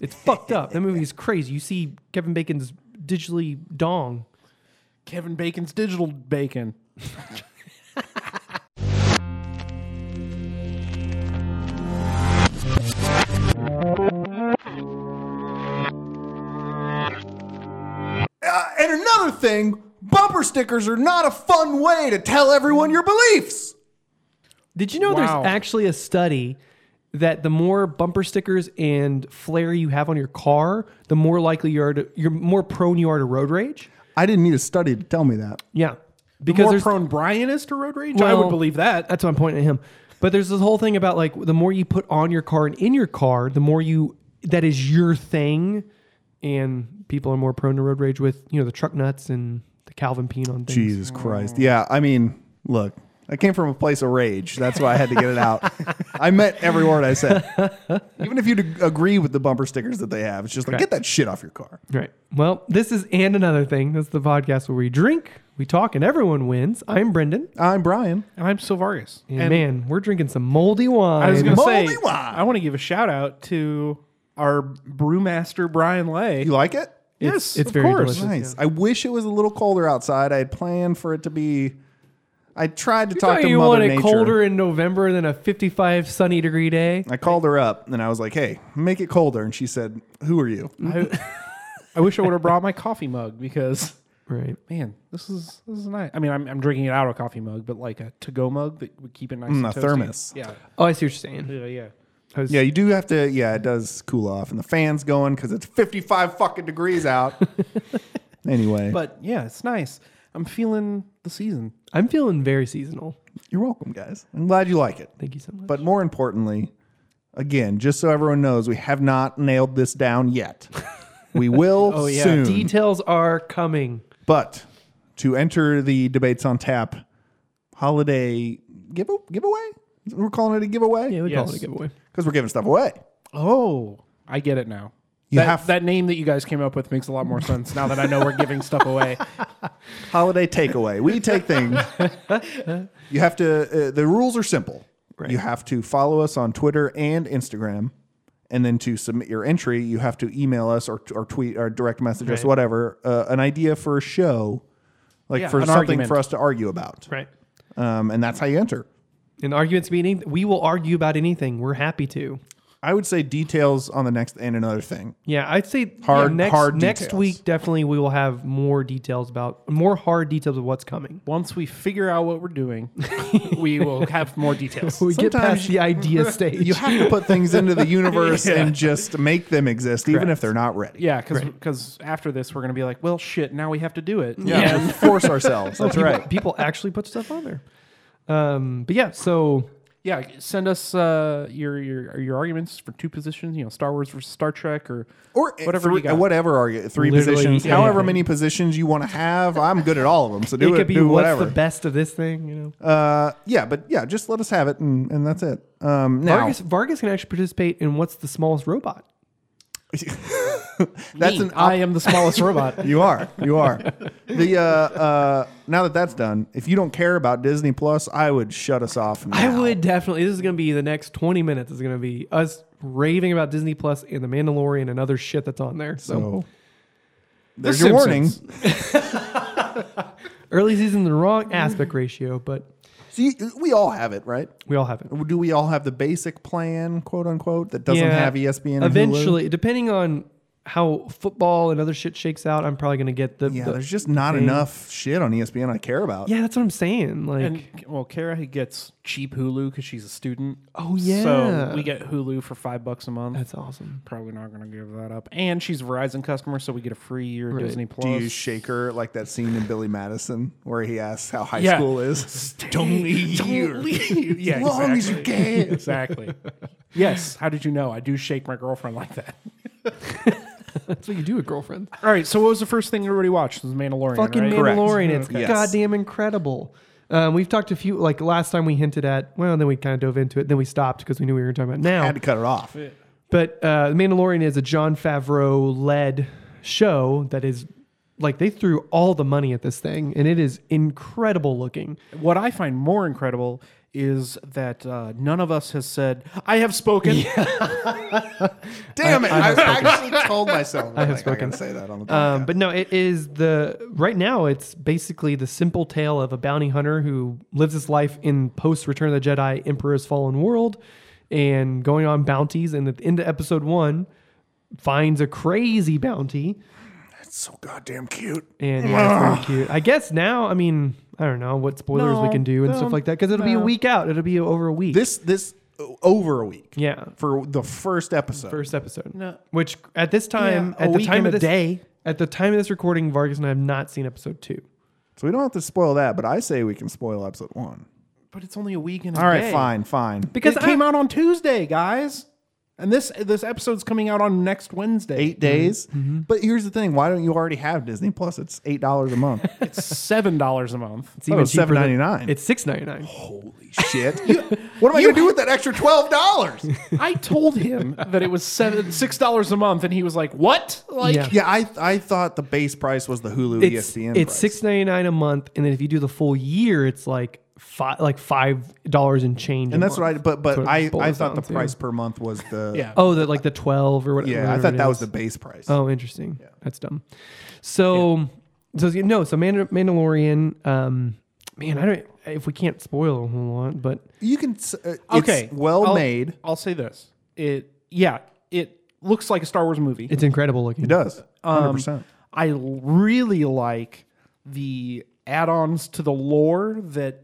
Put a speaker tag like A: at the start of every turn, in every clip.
A: It's fucked up. That movie is crazy. You see Kevin Bacon's digitally dong.
B: Kevin Bacon's digital bacon.
C: Uh, and another thing, bumper stickers are not a fun way to tell everyone your beliefs.
A: Did you know
B: Wow.
A: there's actually a study that the more bumper stickers and flair you have on your car, the more likely you are to, you're more prone you are to road rage.
C: I didn't need a study to tell me that.
A: Yeah,
B: Because
A: because
B: More
A: there's,
B: prone Brian is to road rage. I would
A: Well-
B: believe that.
A: that's what I'm pointing at him. But there's this whole thing about like the more you put on your car and in your car, the more you that is your thing, and people are more prone to road rage with you know the truck nuts and the Calvin peen on things.
C: Jesus Christ. Yeah, I mean, look, I came from a place of rage. That's why I had to get it out. I meant every word I said. Even if you d- agree with the bumper stickers that they have, it's just like,
A: Correct.
C: get that shit off your car.
A: Right. Well, this is and another thing. This is the podcast where we drink, we talk, and everyone wins. I'm Brendan.
C: I'm Brian.
B: And I'm Silvarius.
A: And, man, we're drinking some moldy wine.
B: I was going to
C: Moldy
B: say,
C: wine.
B: I want to give a shout out to our brewmaster, Brian Lay.
C: You like it?
B: yes,
A: it's
B: of
A: very
B: course.
A: delicious.
C: Nice. I wish it was a little colder outside. I had planned for it to be. I tried to talk
A: Thought
C: to
A: you
C: Mother
A: want it
C: Nature.
A: colder in November than a 55 sunny degree day.
C: I called her up and I was like, "Hey, make it colder." And she said, "Who are you?"
B: I, I wish I would have brought my coffee mug because,
A: Right.
B: man, this is this is nice. I mean, I'm, I'm drinking it out of a coffee mug, but like a to go mug that would keep it nice. and
C: Mm, a
B: toasty.
C: thermos.
B: Yeah.
A: Oh, I see what you're saying.
B: Yeah. Yeah.
A: I was-
C: Yeah, you do have to. Yeah, it does cool off, and the fan's going because it's fifty-five fucking degrees out. anyway,
B: But yeah, it's nice. I'm feeling the season.
A: I'm feeling very seasonal.
C: you're welcome, guys. I'm glad you like it.
A: Thank you so much.
C: But more importantly, again, just so everyone knows, we have not nailed this down yet. We will
B: Oh, yeah.
C: soon.
A: Details are coming.
C: But to enter the debates on tap holiday give giveaway, we're calling it a giveaway
A: Yeah, we
B: call
A: call it
B: it Yes.
A: a
B: a
A: giveaway.
C: because we're giving stuff away.
B: Oh, I get it now.
C: You
B: that,
C: have-
B: that name that you guys came up with makes a lot more sense now that I know we're giving stuff away.
C: Holiday takeaway. We take things. you have to. Uh, the rules are simple. You have to follow us on Twitter and Instagram, and then to submit your entry, you have to email us or, or tweet or direct message us,
A: Right.
C: whatever, uh, an idea for a show, like
B: Yeah,
C: for
B: an
C: something
B: argument.
C: for us to argue about,
A: Right.
C: um, and that's how you enter.
A: In arguments meeting, we will argue about anything. We're happy to.
C: I would say details on the next and another thing.
A: Yeah, I'd say
C: Hard-
A: yeah, next,
C: hard
A: next
C: details.
A: week definitely we will have more details about more hard details of what's coming.
B: Once we figure out what we're doing, we will have more details.
A: We get
C: Sometimes
A: past the idea stage.
C: you have to put things into the universe and just make them exist, even if
A: Correct.
C: they're not ready.
B: Yeah, because after this, we're going to be like, well, shit, now we have to do it.
C: Yeah. We force ourselves. That's
A: people,
C: right.
A: People actually put stuff on there. Um, but yeah, so
B: Yeah, send us uh, your, your your arguments for two positions, you know, Star Wars versus Star Trek or,
C: Or
B: whatever
C: whatever, three,
B: you got.
C: whatever are you- three
A: Literally
C: positions,
A: anything.
C: however many positions you want to have. I'm good at all of them, so do
A: it
C: it.
A: could be
C: do
A: what's
C: whatever.
A: the best of this thing, you know.
C: uh, yeah, but yeah, just let us have it, and, and that's it. Um, now
A: Vargas, Vargas can actually participate in what's the smallest robot.
C: that's
B: Me,
C: an
B: I am the smallest robot.
C: You are. You are. The uh, uh, now that that's done, if you don't care about Disney Plus, I would shut us off. Now.
A: I would definitely. This is going to be the next 20 minutes is going to be us raving about Disney Plus and The Mandalorian and other shit that's on there. So,
C: So there's your warning.
B: Simpsons.
A: early season, the wrong aspect ratio, but
C: So you, we all have it, right?
A: we all have it.
C: Do we all have the basic plan, quote unquote, that doesn't
A: Yeah.
C: have E ESPN? and Hulu?
A: Eventually, depending on how football and other shit shakes out, I'm probably going to get the.
C: yeah,
A: the-
C: there's just not enough shit on E ESPN I care about.
A: yeah, that's what I'm saying. Like,
B: And well, Kara gets cheap Hulu because she's a student.
A: Oh,
B: so
A: yeah.
B: we get Hulu for five bucks a month.
A: that's awesome.
B: Probably not going to give that up. And she's a Verizon customer, so we get a free year of Disney Plus.
C: Do you shake her like that scene in Billy Madison where he asks how high
B: Yeah.
C: school is?
B: don't leave. Don't leave. yeah,
C: As long as you
B: exactly. exactly. Yes. How did you know? I do shake my girlfriend like that.
A: That's what you do with girlfriends.
B: All right. So what was the first thing everybody watched? It was Mandalorian.
A: Fucking
B: right?
C: Correct.
A: Mandalorian. It's
C: Okay. Yes.
A: goddamn incredible. Um, we've talked a few, like last time we hinted at, well, then we kind of dove into it. Then we stopped because we knew we were going to talk about
C: I
A: now.
C: had to cut it off.
A: But uh, The Mandalorian is a John Favreau led show that is like they threw all the money at this thing and it is incredible looking.
B: What I find more incredible is that uh, none of us has said I have spoken.
C: Damn it! I, actually told myself I
A: have
C: have
A: spoken.
C: spoken. to say that on the podcast.
A: Um, but no, it is the right now. It's basically the simple tale of a bounty hunter who lives his life in post Return of the Jedi, Emperor's Fallen World, and going on bounties. And at the end of Episode One, finds a crazy bounty,
C: it's so goddamn cute.
A: and yeah, it's pretty cute. I guess now, I mean, I don't know what spoilers we
B: No,
A: can do and
B: no,
A: stuff like that because it'll be a
B: no.
A: week out. It'll be over a week.
C: This this o- over a week
A: yeah,
C: for the first episode.
A: first episode.
B: No.
A: Which at this time,
B: Yeah, a
A: at the
B: week
A: time
B: and
A: of
B: a
A: this
B: day.
A: at the time of this recording, Vargas and I have not seen Episode Two.
C: So we don't have to spoil that, but I say we can spoil episode one.
B: but it's only a week and a
C: All right,
B: day.
C: fine, fine.
B: Because
A: Because
B: it
A: I-
B: came out on Tuesday, guys, and this this episode's coming out on next Wednesday.
C: Eight days. But here's the thing: why don't you already have Disney Plus? It's eight dollars a month.
B: It's seven dollars a month.
A: It's
C: Oh,
A: even cheaper than-
C: $7.99.
A: It's six ninety nine.
C: Holy shit! what am I gonna do with that extra twelve dollars?
B: I told him that it was seven six dollars a month, and he was like, "What? Like,
A: Yeah.
C: yeah, I I thought the base price was the Hulu E
A: It's
C: ESPN.
A: it's
C: price.
A: six ninety nine a month, and then if you do the full year, it's like five like five dollars and change.
C: and that's
A: right.
C: right. But but
A: what it
C: I I
A: boils
C: thought the
A: down to.
C: price per month was the
B: Yeah.
A: Oh, that like the twelve or what- whatever.
C: yeah. I thought
A: it
C: that
A: is.
C: was the base price.
A: Oh, interesting. That's dumb. So, so you- no. So Mandal- Mandalorian. Um, man, I don't. If we can't spoil a whole lot, but
C: You can. s- Uh,
B: okay,
C: okay. well
B: I'll-
C: made.
B: I'll say this: it, yeah, it looks like a Star Wars movie. Um,
A: it's incredible looking.
C: It does.
A: Um,
C: Hundred percent.
B: I l- really like the add-ons to the lore that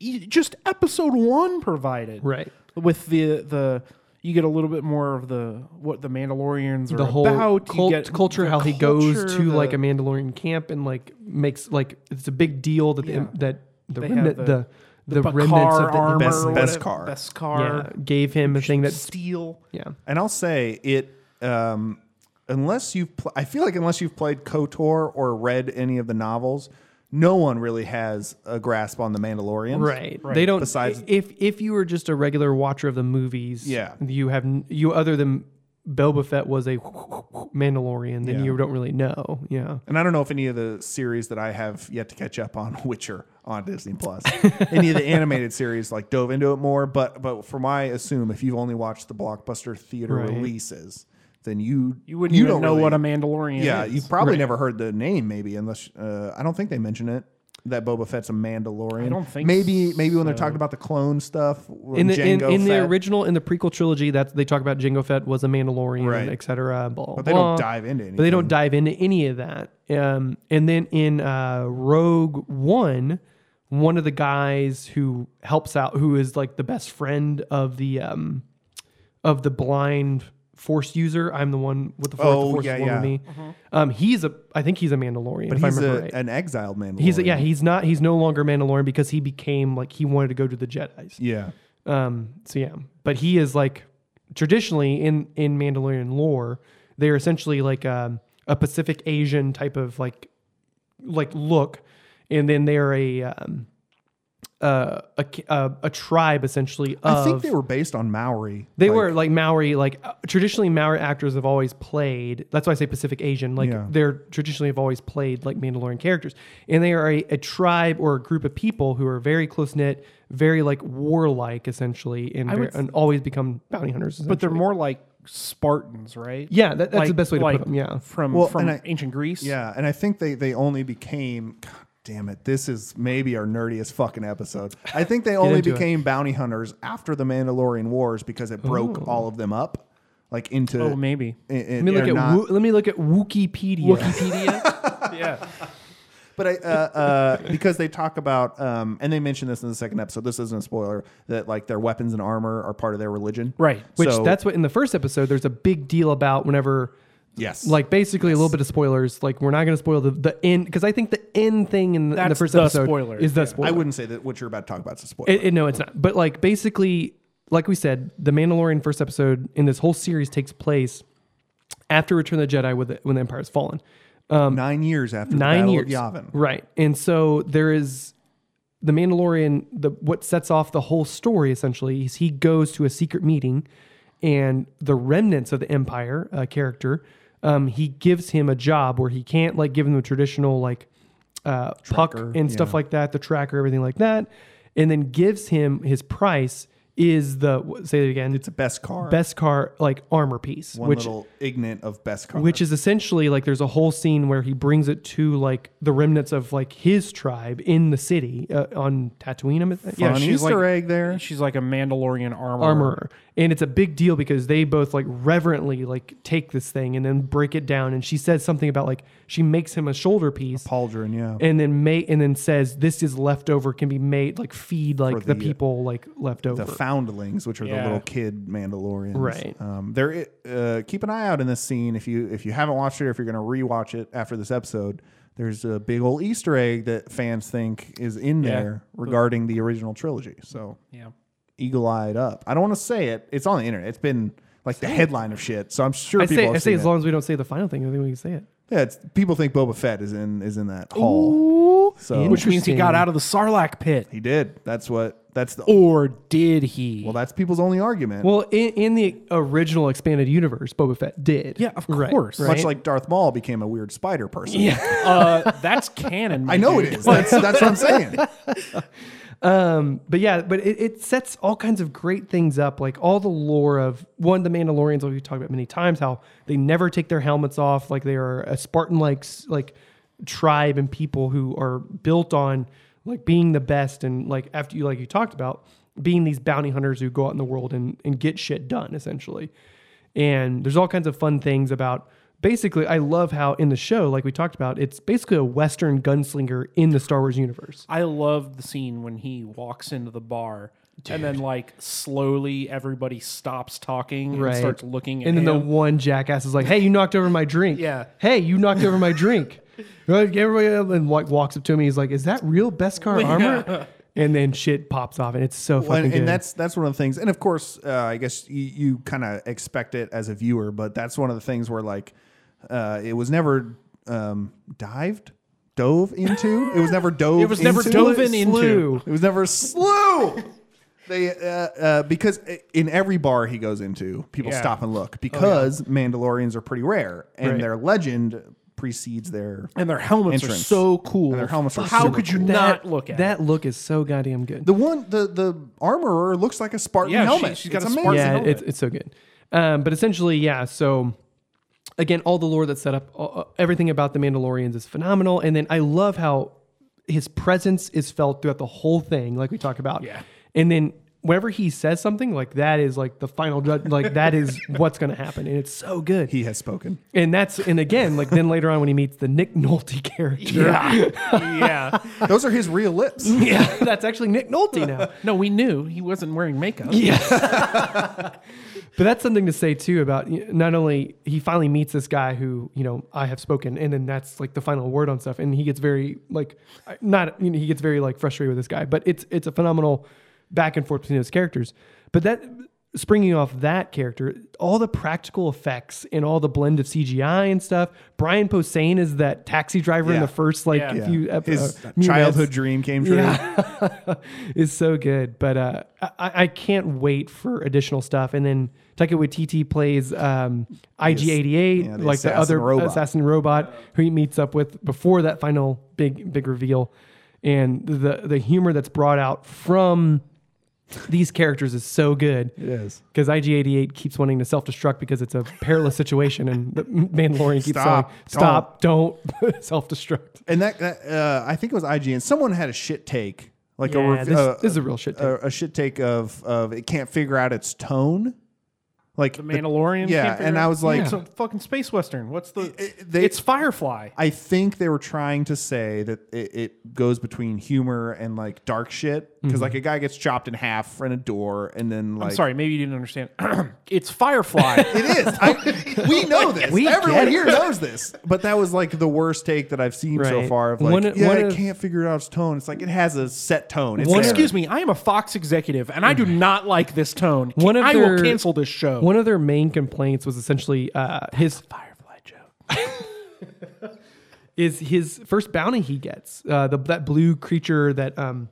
B: e- just episode one provided.
A: Right.
B: With the the you get a little bit more of the what the Mandalorians are
A: the whole
B: about. you
A: cult
B: get
A: culture,
B: the
A: how he goes
B: culture,
A: to
B: the-
A: like a Mandalorian camp and like makes like it's a big deal that
B: Yeah.
A: the, that the
B: They
A: remnant,
B: have
A: the,
B: the-
A: the,
B: Bakar
A: remnants of the
B: armor,
C: Best-
B: or
C: best
B: whatever-
C: car.
B: best
A: yeah,
B: car,
A: gave him a thing that
B: steel.
A: yeah
C: And I'll say it. Um, unless you've, pl- I feel like unless you've played KOTOR or read any of the novels, no one really has a grasp on the Mandalorians.
A: right. They don't
C: Besides-
A: if if you were just a regular watcher of the movies
C: Yeah.
A: you have n- you other than Boba Fett was a Mandalorian then
C: Yeah.
A: you don't really know yeah
C: And I don't know if any of the series that I have yet to catch up on, Witcher on Disney Plus, any of the animated series like dove into it more. But but for my assume, if you've only watched the blockbuster theater
A: Right.
C: releases, then you
B: You wouldn't even
C: don't
B: know
C: really-
B: what a Mandalorian
C: yeah
B: is.
C: you've probably never heard the name maybe unless uh, I don't think they mention it that Boba Fett's a Mandalorian.
B: I don't think
C: maybe maybe when they're talking about the clone stuff
A: in the in,
C: Jango
A: in the
C: Fett,
A: original in the prequel trilogy that they talk about Jango Fett was a Mandalorian
C: Right.
A: et cetera blah, blah,
C: but they
A: blah.
C: don't dive into anything.
A: but they don't dive into any of that. Um, and then in uh, Rogue One, one of the guys who helps out, who is like the best friend of the um, of the blind force user. I'm the one with the force.
C: Oh,
A: the force
C: yeah,
A: is one with
C: yeah.
A: me. Um, he's a. I think he's a Mandalorian.
C: But
A: if
C: he's
A: I remember
C: a,
A: right.
C: an exiled Mandalorian.
A: He's a, yeah. He's not. He's no longer Mandalorian because he became like he wanted to go to the Jedi's.
C: yeah.
A: Um, so yeah, but he is like traditionally in in Mandalorian lore, they're essentially like um, a Pacific Asian type of like like look, and then they're a um, uh, a, ki- uh, a tribe essentially. Of,
C: I think they were based on Maori.
A: they
C: like-
A: were like Maori, like uh, traditionally Maori actors have always played. That's why I say Pacific Asian. Like
C: Yeah.
A: they're traditionally have always played like Mandalorian characters, and they are a, a tribe or a group of people who are very close knit, very like warlike essentially, and, ver-
B: would s-
A: and always become bounty hunters.
B: but they're
A: essentially.
B: more like Spartans, right?
A: yeah, that, that's the
B: Like-
A: best way to
B: like
A: put them. Yeah,
B: from
C: Well,
B: from
C: and I-
B: ancient Greece.
C: Yeah, and I think they they only became. God damn it! This is maybe our nerdiest fucking episode. I think they only
A: into it.
C: became bounty hunters after the Mandalorian Wars because it broke all of them up, like into.
B: Oh, maybe.
C: i- i-
A: Oh. let me look
C: they're
A: at
C: not-
A: Wo- let me look at Wikipedia.
B: Wikipedia. yeah.
C: but I, uh, uh, because they talk about um, and they mention this in the second episode. This isn't a spoiler that like their weapons and armor are part of their religion,
B: Right.
A: Which
C: So-
A: that's what in the first episode there's a big deal about whenever
C: Yes,
A: like basically a little bit of spoilers. Like we're not going to spoil the, the end because I think the end thing in the, in the
B: That's
A: first
B: the
A: episode
B: spoiler,
A: is the
B: yeah.
A: spoiler.
C: I wouldn't say that what you're about to talk about is a spoiler.
A: It, it- no, it's not. But like basically, like we said, the Mandalorian first episode in this whole series takes place after Return of the Jedi, with it, when the Empire's fallen.
C: nine years after
A: Nine
C: the
A: years,
C: Battle of Yavin.
A: right? And so there is the Mandalorian. The what sets off the whole story essentially is he goes to a secret meeting, and the remnants of the Empire uh, character. Um, he gives him a job where he can't like give him the traditional like uh, puck and stuff like that, the tracker, everything like that. and then gives him his price is the say it again
C: It's a best car.
A: best car like armor piece
C: One
A: which
C: little ignorant of best car.
A: which is essentially like there's a whole scene where he brings it to like the remnants of like his tribe in the city uh, on Tatooine. I'm-
C: yeah,
A: Yeah,
B: she's
C: Easter
B: like-
C: egg there.
B: She's like a Mandalorian armor.
A: armorer, and it's a big deal because they both like reverently like take this thing and then break it down. And she says something about like she makes him a shoulder piece.
C: Pauldron, yeah.
A: and then mate and then says this is leftover can be made like feed like the,
C: the, uh,
A: people like leftover
C: the foundlings, which are the
B: Yeah.
C: little kid Mandalorians.
A: Right.
C: Um, there. i- Uh, keep an eye out in this scene if you if you haven't watched it or if you're going to rewatch it after this episode. There's a big old Easter egg that fans think is in
B: Yeah.
C: there regarding the original trilogy. So
B: Yeah.
C: eagle eyed up. I don't want to say it. It's on the internet. It's been like the headline of shit. So I'm sure
A: I
C: people
A: say,
C: have
A: I say
C: seen
A: as
C: it.
A: long as we don't say the final thing I think we can say it
C: Yeah, it's, people think Boba Fett is in is in that hall.
B: Ooh.
C: So
B: Which means he got out of the Sarlacc pit.
C: he did. That's what. That's the.
B: Or did he?
C: Well, that's people's only argument.
A: well in, in the original expanded universe Boba Fett did
B: Yeah, of
A: Right,
B: course.
A: right.
C: Much like Darth Maul became a weird spider person. Yeah.
B: uh, that's canon. my
C: I know
B: dude.
C: it is. That's, that's what I'm saying.
A: Um, but yeah, but it, it sets all kinds of great things up, like all the lore of one, the Mandalorians, like we talked about many times, how they never take their helmets off, like they are a Spartan like like tribe and people who are built on like being the best and like after you like you talked about being these bounty hunters who go out in the world and, and get shit done essentially. And there's all kinds of fun things about basically I love how in the show, like we talked about, it's basically a Western gunslinger in the Star Wars universe.
B: I love the scene when he walks into the bar and then like slowly everybody stops talking and starts looking at
A: And then the
B: him.
A: one jackass is like, "Hey, you knocked over my drink."
B: Yeah.
A: Hey, you knocked over my drink. Like, Everybody uh, and like walks up to him. He's like, "Is that real best car armor?" And then shit pops off, and it's so fucking
C: Well, and,
A: good.
C: and that's that's one of the things. And of course, uh, I guess you, you kind of expect it as a viewer, but that's one of the things where like uh, it was never um, dived, dove into. It was never dove.
B: It was never
C: into.
B: dove in into.
A: Slew.
C: It was never slew. They uh, uh, because i- in every bar he goes into, people
B: Yeah.
C: stop and look because Mandalorians are pretty rare and
A: Right.
C: their legend precedes their
B: and their helmets
C: Entrance.
B: are so cool.
C: their helmets are
B: How
C: super
B: could you
C: cool.
B: not look at
A: that look is so goddamn good.
C: The one, the the armorer looks like a Spartan
B: Yeah, she-
C: helmet.
B: she's got
C: It's
B: a
C: amazing.
B: Spartan
A: yeah,
B: helmet.
A: it's, it's so good. Um, but essentially, yeah. So again, all the lore that's set up, all- everything about the Mandalorians is phenomenal. And then I love how his presence is felt throughout the whole thing, like we talk about.
B: Yeah.
A: And then whenever he says something, like that is like the final judge, like that is what's going to happen, and it's so good.
C: He has spoken.
A: And that's and again, like then later on when he meets the Nick Nolte character,
B: it? Yeah. yeah.
C: Those are his real lips.
A: yeah, that's actually Nick Nolte now.
B: No, we knew he wasn't wearing makeup.
A: But that's something to say too about you know, not only he finally meets this guy who you know I have spoken, and then that's like the final word on stuff, and he gets very like not you know, he gets very like frustrated with this guy, but it's it's a phenomenal back and forth between those characters. But that springing off that character, all the practical effects and all the blend of CGI and stuff. Brian Posehn is that taxi driver in
C: Yeah.
A: the first like
B: Yeah.
A: few ep-
C: His
A: uh, few minutes
C: childhood dream came true.
A: yeah. it's so good. But uh, I, I can't wait for additional stuff. And then Taika Waititi plays um, IG-88,
C: yeah, the
A: like the
C: assassin
A: other
C: robot.
A: assassin robot who he meets up with before that final big big reveal. And the the humor that's brought out from these characters is so good. It
C: is.
A: because IG-88 keeps wanting to self-destruct because it's a perilous situation, and the Mandalorian keeps
C: Stop.
A: saying, "Stop! Don't, self-destruct."
C: And that, that uh, I think it was IGN. Someone had a shit take, like a,
A: Yeah,
C: rev-
A: this-
C: uh,
A: this is a real shit take.
C: A, a shit take of of it can't figure out its tone. Like
B: The Mandalorian.
C: Yeah,
B: can't figure
C: and I
B: out-
C: was like-
B: it's a fucking space western. What's the?
C: it- they-
B: it's Firefly.
C: I think they were trying to say that it, it goes between humor and like dark shit
A: Mm-hmm.
C: because like a guy gets chopped in half in a door and then like
B: I'm sorry, maybe you didn't understand. it's Firefly.
C: It is. I, we know this.
A: We
C: Everyone
A: get it.
C: here knows this. But that was like the worst take that I've seen so
A: Right.
C: far. Of like,
A: One of-
C: yeah,
A: one
C: it
A: of-
C: can't figure out its tone. It's like it has a set tone. It's
B: Well,
C: there.
B: excuse me, I am a Fox executive, and I do
C: Mm-hmm.
B: not like this tone.
A: One of
B: I
A: their,
B: will cancel this show.
A: One of their main complaints was essentially uh, his
B: Firefly joke.
A: is his first bounty he gets uh, the that blue creature that um,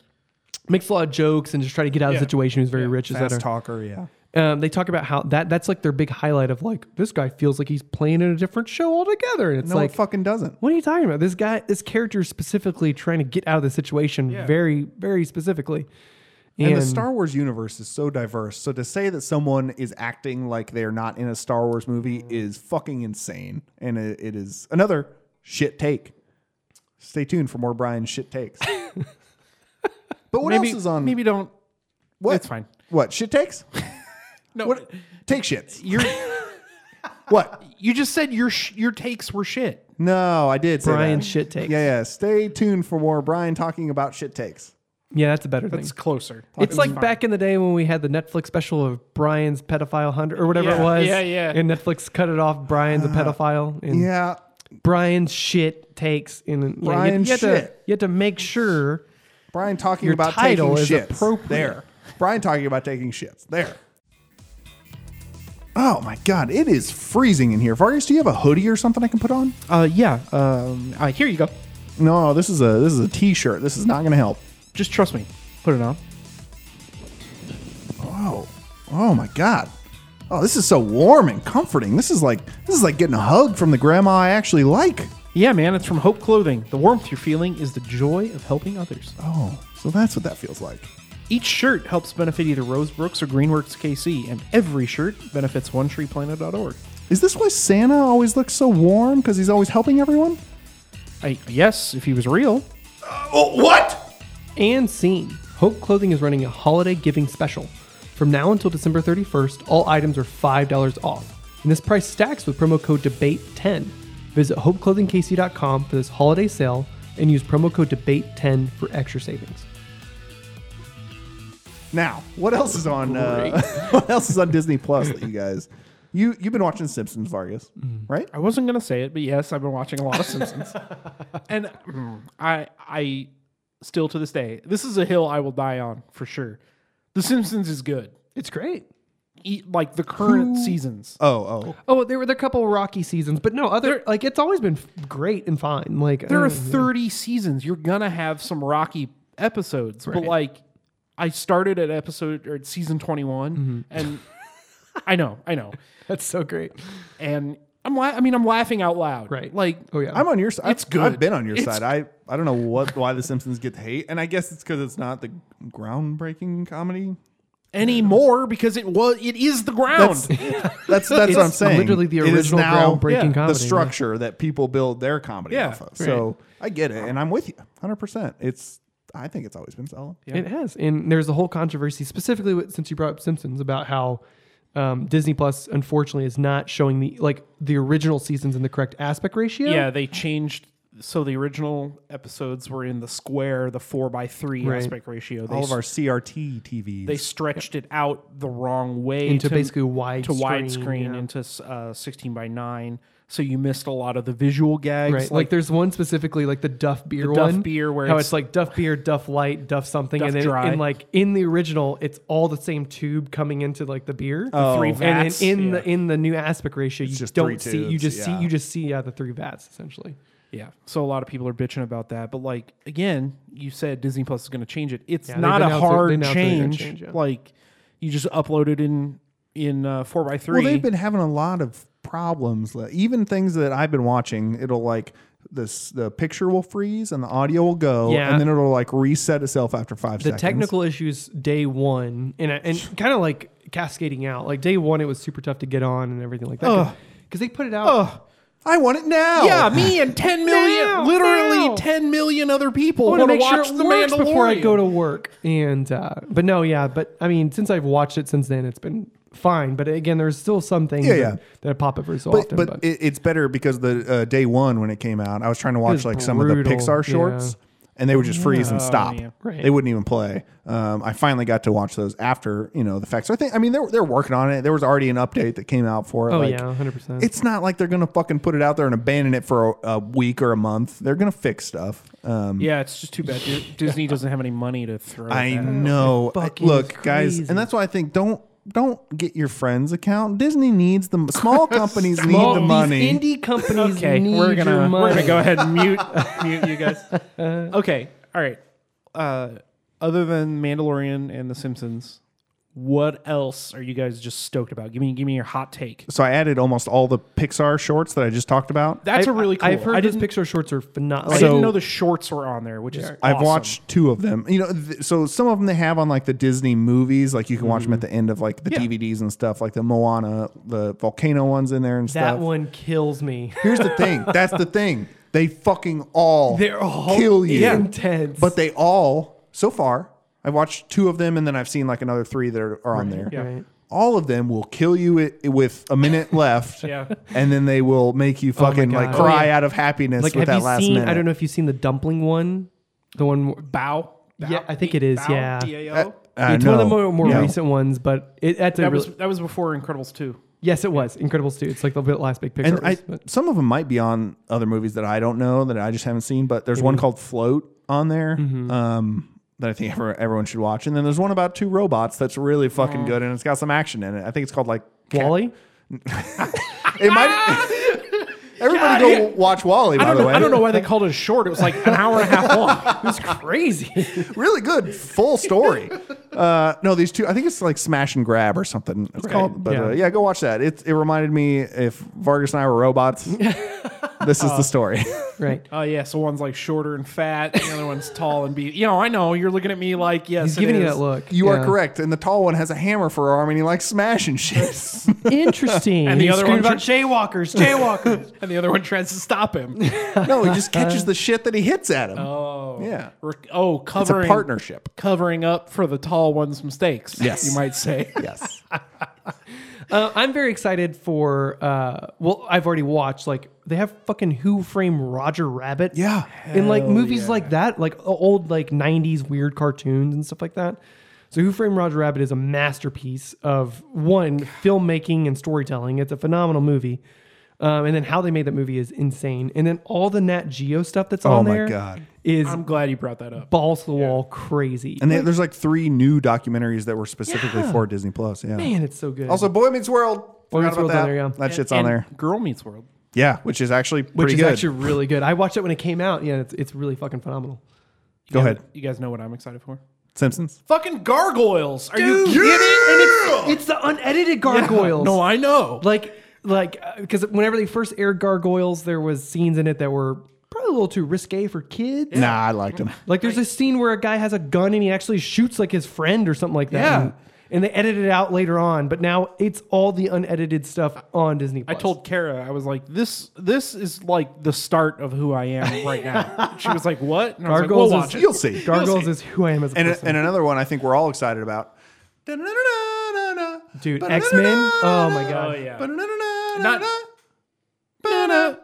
A: makes a lot of jokes and just try to get out of the
B: Yeah.
A: situation. Who's very rich, is that
C: Fast
A: her?
C: talker, yeah.
A: Um, they talk about how that that's like their big highlight of like this guy feels like he's playing in a different show altogether, and it's
C: No,
A: like
C: it fucking doesn't.
A: what are you talking about? This guy, this character is specifically trying to get out of the situation very, very specifically.
C: And, the Star Wars universe is so diverse. So to say that someone is acting like they're not in a Star Wars movie is fucking insane. And it, it is another shit take. Stay tuned for more Brian shit takes. but what
B: maybe,
C: else is on?
B: Maybe don't.
C: what?
B: It's fine.
C: What shit takes?
B: No,
C: What take shits?
B: you're.
C: What?
B: You just said your sh- your takes were shit.
C: No, I did say
A: Brian
C: that.
A: shit takes.
C: Yeah, yeah. Stay tuned for more Brian talking about shit takes.
A: Yeah, that's a better
B: It's
A: thing.
B: closer.
A: It's like back in the day when we had the Netflix special of Brian's pedophile hunter or whatever it
B: Yeah,
A: was.
B: yeah, yeah.
A: And Netflix cut it off. Brian's a pedophile. And
C: Uh, Yeah,
A: Brian's shit takes. And yeah, you-
C: Brian's
A: you, have To,
C: shit.
A: you have to make sure.
C: Brian talking
A: Your
C: about
A: title
C: taking
A: is
C: shits.
A: appropriate.
C: There. Brian talking about taking shits. There. Oh my god, it is freezing in here. Vargas, do you have a hoodie or something I can put on?
B: Uh, yeah. Um, uh, here you go.
C: No, this is a this is a t-shirt. This is not going to help.
B: Just trust me. Put it on.
C: Oh. Oh my god. Oh, this is so warm and comforting. This is like this is like getting a hug from the grandma I actually like.
B: Yeah, man. It's from Hope Clothing. The warmth you're feeling is the joy of helping others.
C: Oh, so that's what that feels like.
B: Each shirt helps benefit either Rose Brooks or Greenworks KC, and every shirt benefits OneTreePlanet.org.
C: Is this why Santa always looks so warm cuz he's always helping everyone?
B: I, yes, if he was real.
C: Oh, what?
A: and seen. Hope Clothing is running a holiday giving special. From now until December 31st, all items are $5 off. And this price stacks with promo code DEBATE10. Visit hopeclothingkc.com for this holiday sale and use promo code DEBATE10 for extra savings.
C: Now, what else is on? Uh, what else is on Disney Plus that you guys? You you've been watching Simpsons, Vargas, right?
B: I wasn't gonna say it, but yes, I've been watching a lot of Simpsons, and mm, I I still to this day this is a hill I will die on for sure. The Simpsons is good,
A: It's great.
B: e- like the current seasons.
C: Oh oh,
A: Oh, there were there were a couple rocky seasons, but no other like it's always been f- great and fine. Like
B: There are
A: uh,
B: thirty seasons. You're gonna have some rocky episodes, but
A: Right.
B: like I started at episode or at season twenty and I know, I know,
A: that's so great.
B: and I'm la- I mean I'm laughing out loud,
A: Right.
B: Like
A: Oh yeah.
C: I'm on your side.
B: It's
C: I've-
B: good.
C: I've been on your
B: It's-
C: side. I I don't know what why the Simpsons get the hate, and I guess it's because it's not the groundbreaking comedy.
B: anymore because it was it is the ground.
C: That's that's, that's what I'm saying.
A: literally the
C: It is
A: original
C: now
A: groundbreaking
B: yeah, the
A: comedy.
C: the structure that people build their comedy
B: Yeah,
C: off of. So I get it, and I'm with you 100. percent It's I think it's always been solid.
A: It has, and there's a whole controversy specifically with, since you brought up Simpsons about how um, Disney Plus unfortunately is not showing the like the original seasons in the correct aspect ratio.
B: Yeah, they changed. So the original episodes were in the square, the four by three
A: Right.
B: aspect ratio. They,
C: All of
B: s-
C: our CRT TVs.
B: they stretched it out the wrong way
A: Into
B: to,
A: basically wide
B: to widescreen
A: screen, yeah.
B: into uh, sixteen by nine. So you missed a lot of the visual gags.
A: Right, like, there's one specifically, like the Duff beer
B: The Duff
A: one,
B: beer where
A: how
B: it's-
A: it's, like Duff beer, Duff light, Duff something,
B: Duff
A: and then
B: dry.
A: in like in the original, it's all the same tube coming into like the beer,
B: three
A: and then
B: vats,
A: in
B: yeah.
A: the in the new aspect ratio, you
C: just three
A: don't see, you
C: tubes,
A: just
C: yeah.
A: see, you just see, yeah, the three vats essentially.
B: yeah. So a lot of people are bitching about that, but like again, you said Disney Plus is going to change it. It's
A: they've
B: not a
A: announced it- they
B: hard
A: announced it they're gonna
B: change.
A: change it.
B: Like you just upload it in in uh, four by three.
C: Well, they've been having a lot of problems. Like, Even things that I've been watching, it'll like this the picture will freeze and the audio will go,
A: Yeah.
C: and then it'll like reset itself after five
A: the
C: seconds.
A: technical issues day one and uh, and kind of like cascading out like day one it was super tough to get on and everything like that because they put it out
C: I want it now.
B: Yeah, me and 10 million,
A: Now,
B: literally
A: now.
B: 10 million other people
A: I
B: want
A: want
B: to
A: to make
B: watch
A: sure it
B: The
A: works
B: Mandalorian.
A: before I go to work and uh, but no yeah but I mean since I've watched it since then it's been fine but again there's still some things
C: Yeah,
A: that,
C: yeah.
A: that pop up every so
C: But,
A: often
C: but it, it's better because the uh, day one when it came out, I was trying to watch
A: was
C: like some of the
A: brutal,
C: Pixar
A: yeah.
C: shorts, and they would just freeze and
B: Oh,
C: stop.
B: yeah.
A: Right.
C: They wouldn't even play. Um, I finally got to watch those after you know the fact. So I think I mean they're they're working on it. There was already an update that came out for it.
A: oh
C: like,
A: yeah 100 percent
C: it's not like they're gonna fucking put it out there and abandon it for a, a week or a month. They're gonna fix stuff. Um,
B: Yeah, it's just too bad Di- Disney doesn't have any money to throw.
C: I
B: at that.
C: know. I-
A: fucking
C: Look, guys,
A: crazy.
C: and that's why I think don't don't get your friend's account. Disney needs the small companies need the money.
A: indie companies
B: Okay,
A: need
B: we're gonna
A: your money.
B: we're gonna go ahead and mute mute you guys. Okay, all right. Uh, other than Mandalorian and The Simpsons, What else are you guys just stoked about? Give me give me your hot take.
C: So I added almost all the Pixar shorts that I just talked about.
B: That's a
A: I've-
B: really cool.
A: I've heard
B: I
A: those
B: didn't,
A: Pixar shorts are phenomenal.
B: I
A: Like,
C: So-
B: didn't know the shorts were on there, which is
C: I've
B: awesome.
C: watched two of them. You know, th- so some of them they have on like the Disney movies, like you can watch them at the end of like the
B: Yeah.
C: DVDs and stuff, like the Moana, the volcano ones in there and
A: that
C: stuff.
A: one kills me.
C: Here's the thing. That's the thing. They fucking all
A: They're all
C: kill you.
A: intense.
C: But they all so far. I've watched two of them, and then I've seen like another three that are, are on there.
B: yeah.
A: Right.
C: All of them will kill you i- with a minute left,
B: Yeah.
C: and then they will make you fucking like
A: God.
C: cry
B: Oh, yeah.
C: out of happiness
A: Like, have
C: with that
A: you
C: last
A: seen?
C: minute.
A: I don't know if you've seen the dumpling one, the one. where-
B: Bow.
A: Yeah, I think it is,
B: Bow,
A: yeah.
B: DAO.
C: Uh, uh,
A: it's one of the
C: no.
A: more, more
C: No.
A: recent ones, but it, that's a
B: that
A: really-
B: was that was before Incredibles two.
A: yes, it was Incredibles too. It's like the last big picture.
C: And I, some of them might be on other movies that I don't know that I just haven't seen. But there's one called Float on there
B: Mm-hmm.
C: um, that I think ever- everyone should watch. And then there's one about two robots that's really fucking good, and it's got some action in it. I think it's called like
A: Wally.
C: it might. Everybody go watch Wally. By
B: I don't,
C: the
B: know,
C: way,
B: I don't know why they called it short. It was like an hour and a half long. It was
A: Crazy.
C: really good full story. Uh, no, these two. I think it's like smash and grab or something. It's called. But yeah. Uh,
A: yeah.
C: yeah, go watch that. It it reminded me if Vargas and I were robots. this is the story.
A: right.
B: Oh yeah, so one's like shorter and fat, and the other one's tall and beat. You know, I know you're looking at me like yes,
A: He's
B: it
A: giving you
B: is.
A: that look.
C: You
A: Yeah.
C: are correct. And the tall one has a hammer for her arm, and he likes smashing shit.
A: Interesting.
B: And the
A: He's
B: other
A: screaming
B: one-
A: about jaywalkers, jaywalkers.
B: and the other one tries to stop him.
C: no, he just catches the shit that he hits at him. Oh, yeah.
B: Or- oh,
C: It's a
B: covering
C: partnership.
B: covering up for the tall one's mistakes.
C: Yes.
B: you might say.
C: Yes.
A: uh, I'm very excited for. Uh, well, I've already watched. Like they have fucking Who Framed Roger Rabbit.
C: Yeah.
A: and like movies like that, like old like '90s weird cartoons and stuff like that. So, Who Framed Roger Rabbit is a masterpiece of one filmmaking and storytelling. It's a phenomenal movie, um, and then how they made that movie is insane. And then all the Nat Geo stuff that's on
C: Oh my
A: there
C: God.
A: is
B: I'm glad you brought that up.
A: balls to the wall crazy.
C: And they, there's like three new documentaries that were specifically for Disney Plus. Yeah.
A: man, it's so good.
C: Also, Boy Meets World.
A: Boy Meets
C: Forgot
A: World's
C: about
A: on
C: that.
A: there, yeah.
C: That shit's on
B: And
C: there.
B: Girl Meets World.
C: Yeah, which is actually pretty
A: which is
C: good.
A: actually really good. I watched it when it came out. Yeah, it's, it's really fucking phenomenal.
B: You
C: Go
B: guys-
C: ahead.
B: You guys know what I'm excited for?
C: Simpsons.
B: Fucking gargoyles. Are you
C: Yeah!
A: It's the unedited gargoyles.
B: No, I know.
A: like like because whenever they first aired gargoyles, there was scenes in it that were probably a little too risque for kids.
C: Nah, I liked him.
A: Like there's a scene where a guy has a gun and he actually shoots like his friend or something like that.
B: Yeah.
A: And, and they edited it out later on, but now it's all the unedited stuff on Disney.
B: I told Kara, I was like, this this is like the start of who I am right now. she was like, what? And I was like, we'll
A: Gargoyles is-
B: watch it.
C: You'll see.
A: Gargoyles is who I am as a
C: And, uh,
A: person.
C: and another one I think we're all excited about.
A: Dude, X Men. Oh my god.
B: Oh, yeah.
C: Not,
B: Not-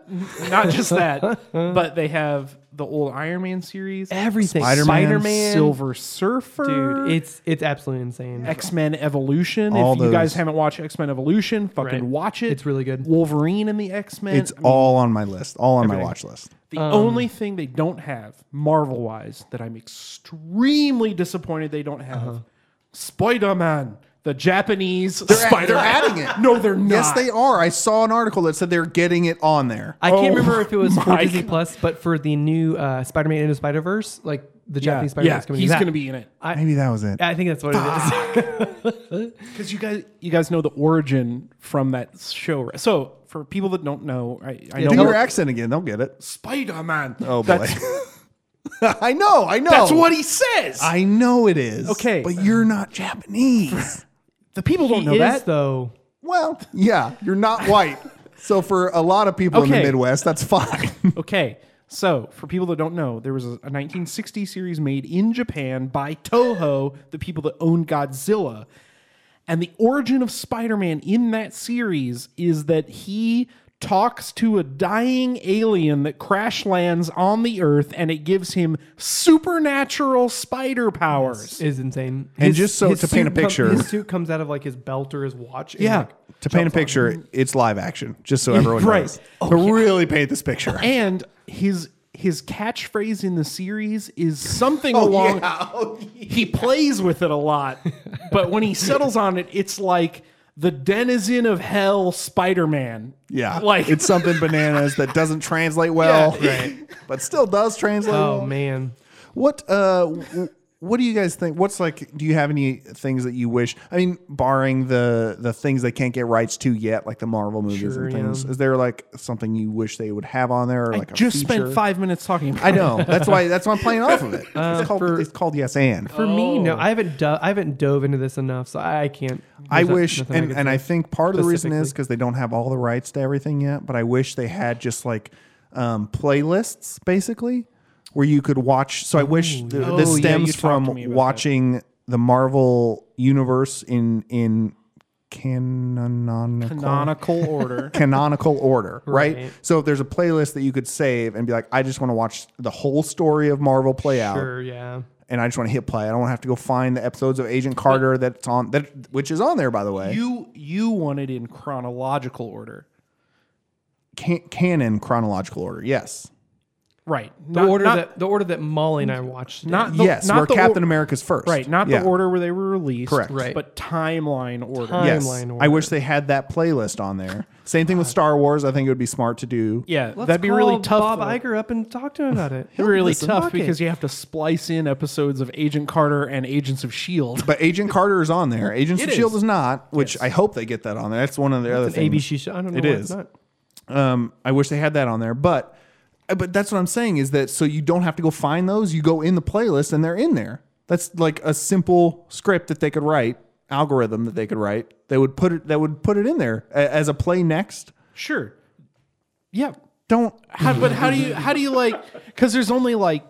B: Not just that, but they have the old Iron Man series,
A: Everything.
C: Spider-Man,
A: Spider-Man.
B: Silver Surfer.
A: Dude, it's it's absolutely insane.
B: X Men Evolution.
C: All
B: if you guys
C: those.
B: haven't watched X Men Evolution, fucking
A: Right.
B: watch it.
A: It's really good.
B: Wolverine and the X Men.
C: It's all on my list. All on my watch list.
B: The only thing they don't have, Marvel wise, that I'm extremely disappointed they don't have, Spider Man, the Japanese Spider.
C: They're
B: man
C: adding it.
B: no, they're not.
C: Yes, they are. I saw an article that said they're getting it on there.
A: I
B: Oh
A: can't remember if it was for
B: my
A: Disney
B: God.
A: Plus, but for the new uh, Spider-Man into Spider-Verse, like the Japanese
B: Yeah,
A: Spider-Man
B: yeah
A: is coming.
B: he's
A: back.
B: going to be in it
C: Maybe that was it.
A: I think that's what it is.
B: because you guys, you guys know the origin from that show. right? So for people that don't know, I, I
C: Do
B: know
C: your accent again. They'll get it.
B: Spider Man.
C: Oh boy.
B: that's,
C: I know. I know.
B: that's what he says.
C: I know it is.
B: Okay.
C: but you're not Japanese.
B: the people don't
A: He
B: know
A: is,
B: that.
A: though.
C: well, yeah, you're not white. So for a lot of people in
B: Okay.
C: the Midwest, that's fine.
B: Okay, so for people that don't know, there was a, a 1960 series made in Japan by Toho, the people that owned Godzilla. And the origin of Spider Man in that series is that he talks to a dying alien that crash lands on the Earth and it gives him supernatural spider powers.
A: Is insane.
C: And just so to
A: suit
C: paint a
A: com-
C: picture-
A: his suit comes out of like his belt or his watch. and,
B: Yeah.
A: like,
C: to paint a picture, it's live action, just so everyone
B: Right.
C: knows. But really paint this picture.
B: And his his catchphrase in the series is something along he plays with it a lot, but when he settles on it, it's like the denizen of hell, Spider Man.
C: Yeah,
B: like
C: it's something bananas that doesn't translate well,
B: Yeah.
C: but still does translate.
A: oh
C: well.
A: man,
C: What uh w- what do you guys think? What's like? Do you have any things that you wish? I mean, barring the the things they can't get rights to yet, like the Marvel movies
A: Sure,
C: and
A: yeah.
C: things, is there like something you wish they would have on there? Or like
B: I
C: a
B: just
C: feature?
B: spent five minutes talking about
C: I know. That's why. That's why I'm playing off of it. it's called.
A: for-
C: it's called yes and.
A: For me, no, I haven't do- I haven't dove into this enough, so I can't.
C: I
A: there's not-
C: wish,
A: nothing
C: and,
A: can
C: and
A: say.
C: I think part of the reason is
A: specifically.
C: because they don't have all the rights to everything yet. But I wish they had just like um, playlists, basically, where you could watch. So I wish th-
B: yeah. Oh,
C: this
B: yeah, you
C: stems
B: talked to me
C: from
B: about
C: watching the Marvel universe in in canonical
B: canonical order.
C: canonical order, right?
A: Right.
C: So if there's a playlist that you could save and be like, I just want to watch the whole story of Marvel play out
A: Sure, yeah.
C: and I just want to hit play. I don't want to have to go find the episodes of Agent Carter that's on that, which is on there by the way.
B: You you want it in chronological order,
C: Can, canon chronological order, yes,
B: right?
A: The order that the order that Molly and I watched. it.
B: not the,
C: yes.
B: not
C: where
B: the
C: Captain
B: or-
C: America's first,
B: right? Not
C: Yeah.
B: the order where they were released,
C: Correct.
A: Right.
B: But timeline order.
A: Time-
C: Yes,
A: Timeline
C: I
A: order.
C: wish they had that playlist on there. Same thing with Star Wars. I think it would be smart to do.
B: Yeah,
A: Let's
B: that'd be really
A: call
B: tough.
A: Bob
B: though.
A: Iger up and talk to him about it.
B: It'd be really
A: Listen,
B: tough
A: fuck it.
B: because you have to splice in episodes of Agent Carter and Agents of Shield.
C: But Agent Carter is on there. Agents
B: It
C: of Shield
B: is.
C: E is not, which I hope they get that on there. That's one of the other
A: It's an
C: things.
A: ABC show. I don't know.
C: It
A: why it's
C: is.
A: not.
C: Um, I wish they had that on there, but uh, but that's what I'm saying is that so you don't have to go find those. You go in the playlist and they're in there. That's like a simple script that they could write, algorithm that they could write. They would put it. That would put it in there a- as a play next.
B: Sure. Yeah.
C: Don't
B: How, but how do you how do you like? Because there's only like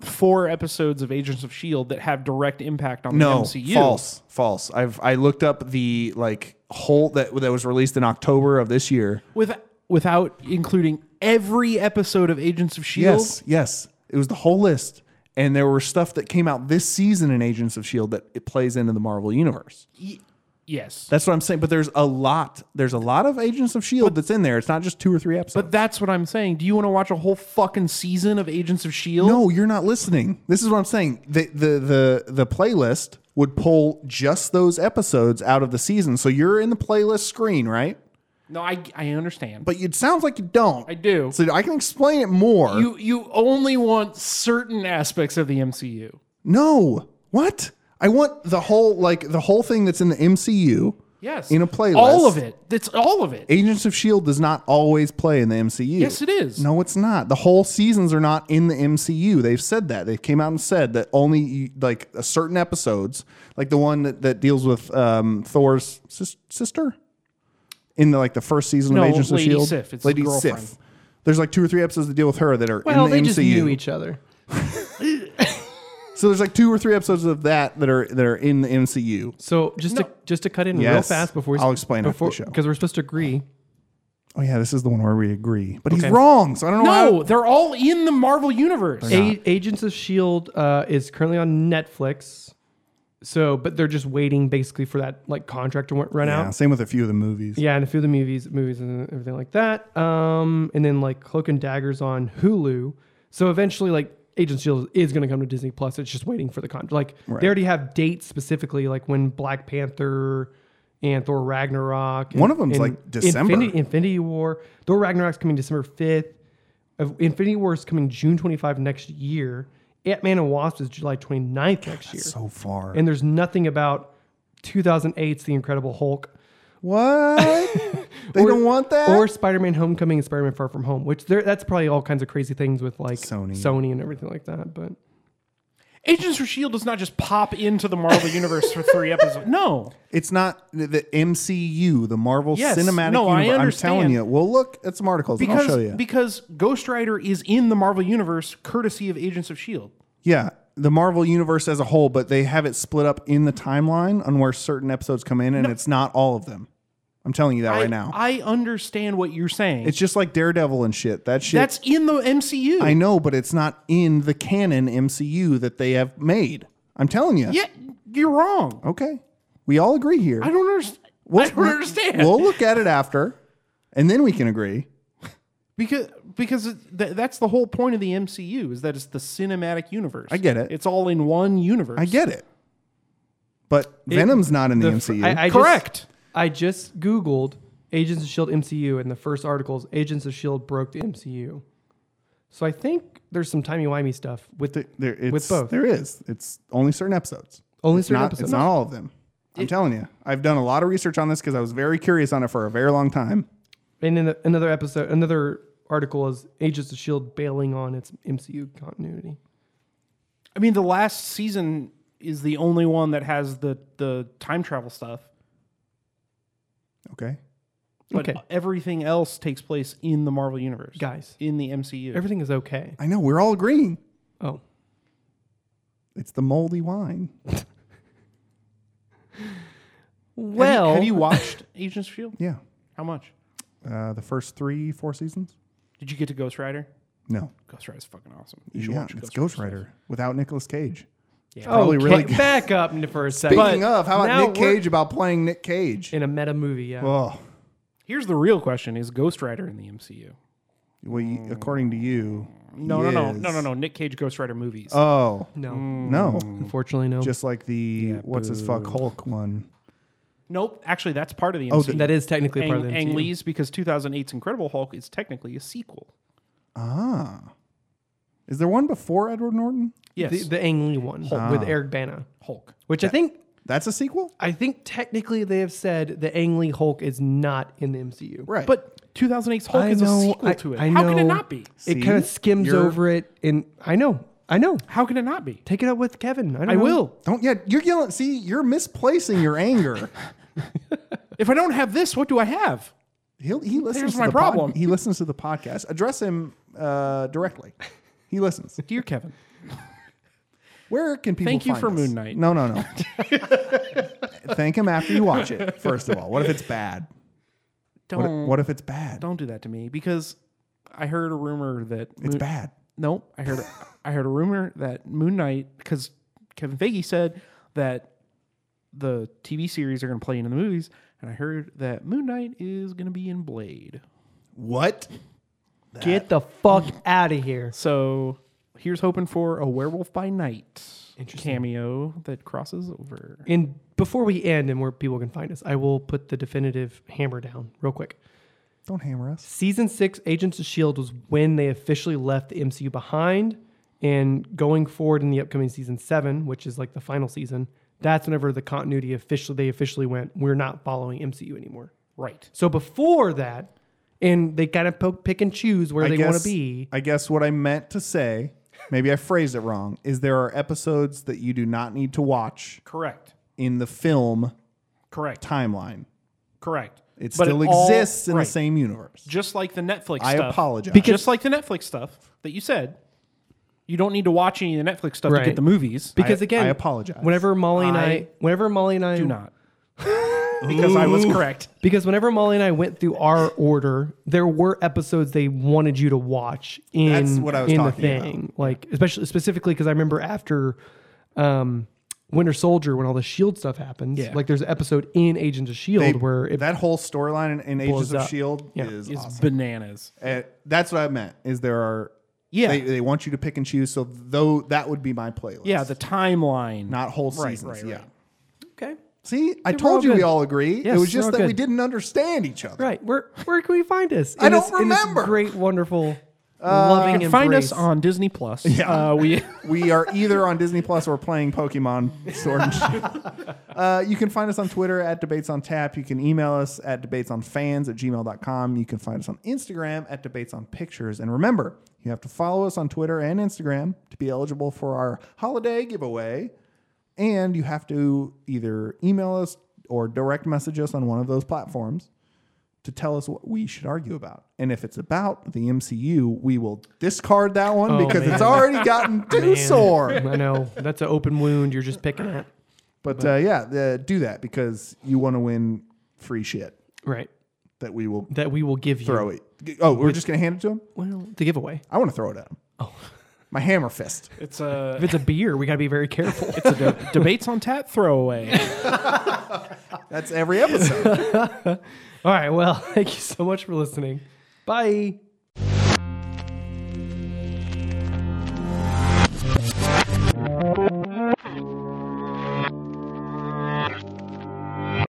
B: four episodes of Agents of Shield E that have direct impact on
C: no
B: the MCU.
C: false false. I've I looked up the like whole that that was released in October of this year.
B: With, without including every episode of Agents of Shield.
C: Yes, yes. It was the whole list. And there were stuff that came out this season in Agents of Shield E that it plays into the Marvel universe.
B: Yes.
C: That's what I'm saying. But there's a lot. There's a lot of Agents of Shield E that's in there. It's not just two or three episodes.
B: but that's what I'm saying. Do you want to watch a whole fucking season of Agents of Shield?
C: no, you're not listening. This is what I'm saying. The the the the playlist would pull just those episodes out of the season. So you're in the playlist screen, right?
B: No, I I understand.
C: But it sounds like you don't.
B: I do.
C: So I can explain it more.
B: you you only want certain aspects of the MCU.
C: no. What? I want the whole like the whole thing that's in the MCU.
B: Yes.
C: In a playlist.
B: All of it. That's all of it.
C: Agents of Shield E does not always play in the MCU.
B: yes, it is.
C: No, it's not. The whole seasons are not in the MCU. They've said that. They came out and said that only like a certain episodes, like the one that, that deals with um, Thor's sis- sister in the, like the first season
B: No,
C: of Agents
B: Lady
C: of Shield.
B: Sif. It's
C: E Lady
B: his girlfriend.
C: Sif. There's like two or three episodes that deal with her that are
A: Well,
C: in the
A: they
C: MCU.
A: just knew each other.
C: so there's like two or three episodes of that that are that are in the MCU.
A: So just to just to cut in real
C: Yes.
A: fast before we,
C: I'll explain after the
A: before
C: show.
A: because we're supposed to agree.
C: Oh yeah, this is the one where we agree. But he's wrong, so I don't know. how-
B: No, they're all in the Marvel universe.
A: A- Agents of Shield uh, is currently on Netflix. So, but they're just waiting basically for that like contract to wa- run
C: yeah,
A: out.
C: same with a few of the movies.
A: Yeah, and a few of the movies, movies and everything like that. Um, and then like Cloak and Daggers on Hulu. So eventually, like Agents of Shield E is going to come to Disney Plus. It's just waiting for the contract. Like they already have dates specifically, like when Black Panther and Thor Ragnarok. and-
C: One of them's,
A: and
C: like, December.
A: Infinity, Infinity War. Thor Ragnarok's coming December fifth. Infinity War is coming June twenty five next year. Ant Man and Wasp is July 29th next year.
C: So far.
A: and there's nothing about 2008's The Incredible Hulk.
C: What? they don't want that?
A: or Spider-Man: Homecoming and Spider-Man: Far From Home, which there that's probably all kinds of crazy things with like
C: Sony.
A: Sony and everything like that. But
B: Agents of Shield E does not just pop into the Marvel universe for three episodes. No,
C: it's not the- the MCU, the Marvel
B: Yes.
C: Cinematic
B: No, I
C: Universe.
B: understand.
C: I'm telling you. Well, look at some articles
B: because
C: and I'll show you.
B: because Ghost Rider is in the Marvel universe courtesy of Agents of Shield.
C: yeah, the Marvel Universe as a whole, but they have it split up in the timeline on where certain episodes come in, and it's not all of them. I'm telling you that
B: I,
C: right now.
B: I understand what you're saying.
C: it's just like Daredevil and shit. That shit.
B: That's in the MCU.
C: I know, but it's not in the canon MCU that they have made. I'm telling you.
B: yeah, you're wrong.
C: Okay. We all agree here.
B: I don't understand. I don't understand
C: We'll look at it after, and then we can agree.
B: because because it- th- that's the whole point of the MCU is that it's the cinematic universe. I
C: get it.
B: It's all in one universe.
C: I get it. But Venom's not in the, MCU.
A: I, I just-
B: Correct.
A: I just E googled Agents of Shield MCU, and the first article is Agents of Shield broke the MCU. So I think there's some timey-wimey stuff with
C: Th- There, it's,
A: both.
C: There is. It's only certain episodes.
A: Only
C: it's
A: certain
C: not,
A: episodes.
C: It's not all of them. I'm telling you. I've done a lot of research on this because I was very curious on it for a very long time.
A: And in another episode, another article is Agents of S.H.I.E.L.D. E bailing on its MCU continuity.
B: I mean, the last season is the only one that has the the time travel stuff.
C: Okay.
B: But
A: Okay.
B: everything else takes place in the Marvel universe.
A: Guys,
B: in the MCU.
A: everything is okay.
C: I know. We're all agreeing.
A: Oh,
C: It's the moldy wine.
B: Have you-
A: well,
B: have you watched Agents of Shield?
C: Yeah.
B: E How much?
C: Uh, the first three, four seasons?
B: Did you get to Ghost Rider?
C: No.
B: Ghost Rider's fucking awesome. You should
C: yeah,
B: watch
C: it's
B: Ghost,
C: Ghost
B: Rider. Oh,
C: Rider without Nicolas Cage.
A: probably
C: Okay.
A: really back up for a second.
C: Speaking of, how
A: now
C: about Nick
A: we're
C: Cage about playing Nick Cage?
A: in a meta movie? Yeah,
C: oh,
B: Here's the real question: Is Ghost Rider in the MCU?
C: well, you, according to you,
B: No, no, no,
C: yes.
B: no, Mm. no, no. Nick Cage Ghost Rider movies.
A: Uh,
C: Oh
A: no,
C: no,
A: unfortunately, no.
C: just like the what's his fuck Hulk one.
B: nope. Actually, that's part of the MCU.
C: Oh, the-
A: that is technically part of the
B: Ang,
A: MCU.
B: Ang Lee's because 2008's Incredible Hulk is technically a sequel.
C: Ah, is there one before Edward Norton?
B: Yes,
A: the, the Ang Lee one with Eric Bana,
B: Hulk.
A: which I think
C: That's a sequel,
A: I think technically they have said the Ang Lee Hulk is not in the MCU.
C: right?
B: But 2008's Hulk
A: I
B: is a
A: know,
B: sequel
A: I-
B: to it.
A: I
B: How can it
A: know.
B: not be?
A: It kind of
C: See?
A: skims
C: You're-
A: over it, and I know, I know.
B: How can it not be?
A: Take it up with Kevin. I, don't
B: I
A: know.
B: will.
C: don't yet. You're yelling. See, you're misplacing your anger.
B: If I don't have this, what do I have?
C: He'll, he listens.
B: There's
C: to
B: my
C: the pod-
B: problem.
C: he listens to the podcast. Address him uh, directly. He listens.
B: Dear Kevin,
C: Where can people?
B: Thank you
C: find
B: for
C: us?
B: Moon Knight.
C: No, no, no. Thank him after you watch it. First of all, what if it's bad?
B: don't
C: What, if- what if it's bad?
B: don't do that to me because I heard a rumor that
C: It's
B: Moon-
C: bad.
B: Nope, I heard I heard a rumor that Moon Knight because Kevin Feige said that the TV series are going to play into the movies, and I heard that Moon Knight is going to be in Blade.
C: What?
A: Get the fuck out of here.
B: So here's hoping for a Werewolf by Night
A: Interesting.
B: cameo that crosses over.
A: And before we end and where people can find us, I will put the definitive hammer down real quick.
C: Don't hammer us.
A: Season six, Agents of S.H.I.E.L.D. E was when they officially left the MCU behind. And going forward in the upcoming season seven, which is like the final season, that's whenever the continuity officially, they officially went, we're not following MCU anymore.
B: Right.
A: So before that, and they kind of poke, pick and choose where
C: I
A: they
C: guess-
A: want to be.
C: I guess what I meant to say, maybe I phrased it wrong, is there are episodes that you do not need to watch
B: Correct.
C: in the film
B: Correct.
C: timeline.
B: Correct.
C: It
B: But
C: still
B: all-
C: exists in
B: right.
C: the same universe.
B: Just like the Netflix
C: I
B: stuff.
C: apologize.
A: Because-
B: Just like the Netflix stuff that you said. You don't need to watch any of the Netflix stuff to get
A: Right.
B: the movies.
A: Because
C: I-
A: again,
C: I apologize.
A: Whenever Molly and I,
B: I
A: whenever Molly and I
B: do not. because I was correct.
A: Because whenever Molly and I went through our order, there were episodes they wanted you to watch in
C: That's what I was
A: in
C: talking
A: the thing, like especially specifically because I remember after um, Winter Soldier when all the Shield E stuff happens,
B: Yeah.
A: like there's an episode in Agents of Shield
C: They-
A: E where it,
C: that whole storyline in, in Agents
A: blows
C: of
A: up.
C: Shield
A: Yeah.
C: E is,
B: Is
C: awesome.
B: bananas.
C: Uh, that's what I meant. Is there are
B: Yeah.
C: they, they want you to pick and choose. So though that would be my playlist.
B: Yeah, the timeline.
C: not whole seasons.
B: right,
C: yeah.
B: right.
A: okay,
C: See, I
A: They were all
C: told you we
A: good.
C: all agree.
A: Yes,
C: it was
A: they were
C: just
A: all
C: that we
A: good.
C: didn't understand each other.
A: right? Where where can we find us?
C: I
A: In
C: don't
A: this- in this
C: remember. Uh,
A: great, wonderful, loving.
B: You can find us
A: embrace.
B: on Disney Plus. Uh, we
C: We are either on Disney Plus or playing Pokemon Sword and Shield. Uh, you can find us on Twitter at Debates on Tap. You can email us at debatesonfans at gmail.com. You can find us on Instagram at Debates on Pictures. And remember, you have to follow us on Twitter and Instagram to be eligible for our holiday giveaway. And you have to either email us or direct message us on one of those platforms to tell us what we should argue about. And if it's about the MCU, we will discard that one because it's already gotten too
A: Man,
C: sore.
A: I know that's an open wound. You're just picking at.
C: But uh, yeah, uh, do that because you want to win free shit
A: Right.
C: that we will
A: That we will give you.
C: throw it. Oh, we're just going to hand it to him?
A: Well, the giveaway.
C: I want to throw it at him. Oh. My hammer fist.
B: it's a
A: If it's uh, a beer, we got to be very careful.
B: it's a de- debates on tap throwaway.
C: That's every episode.
A: All right. Well, thank you so much for listening. Bye.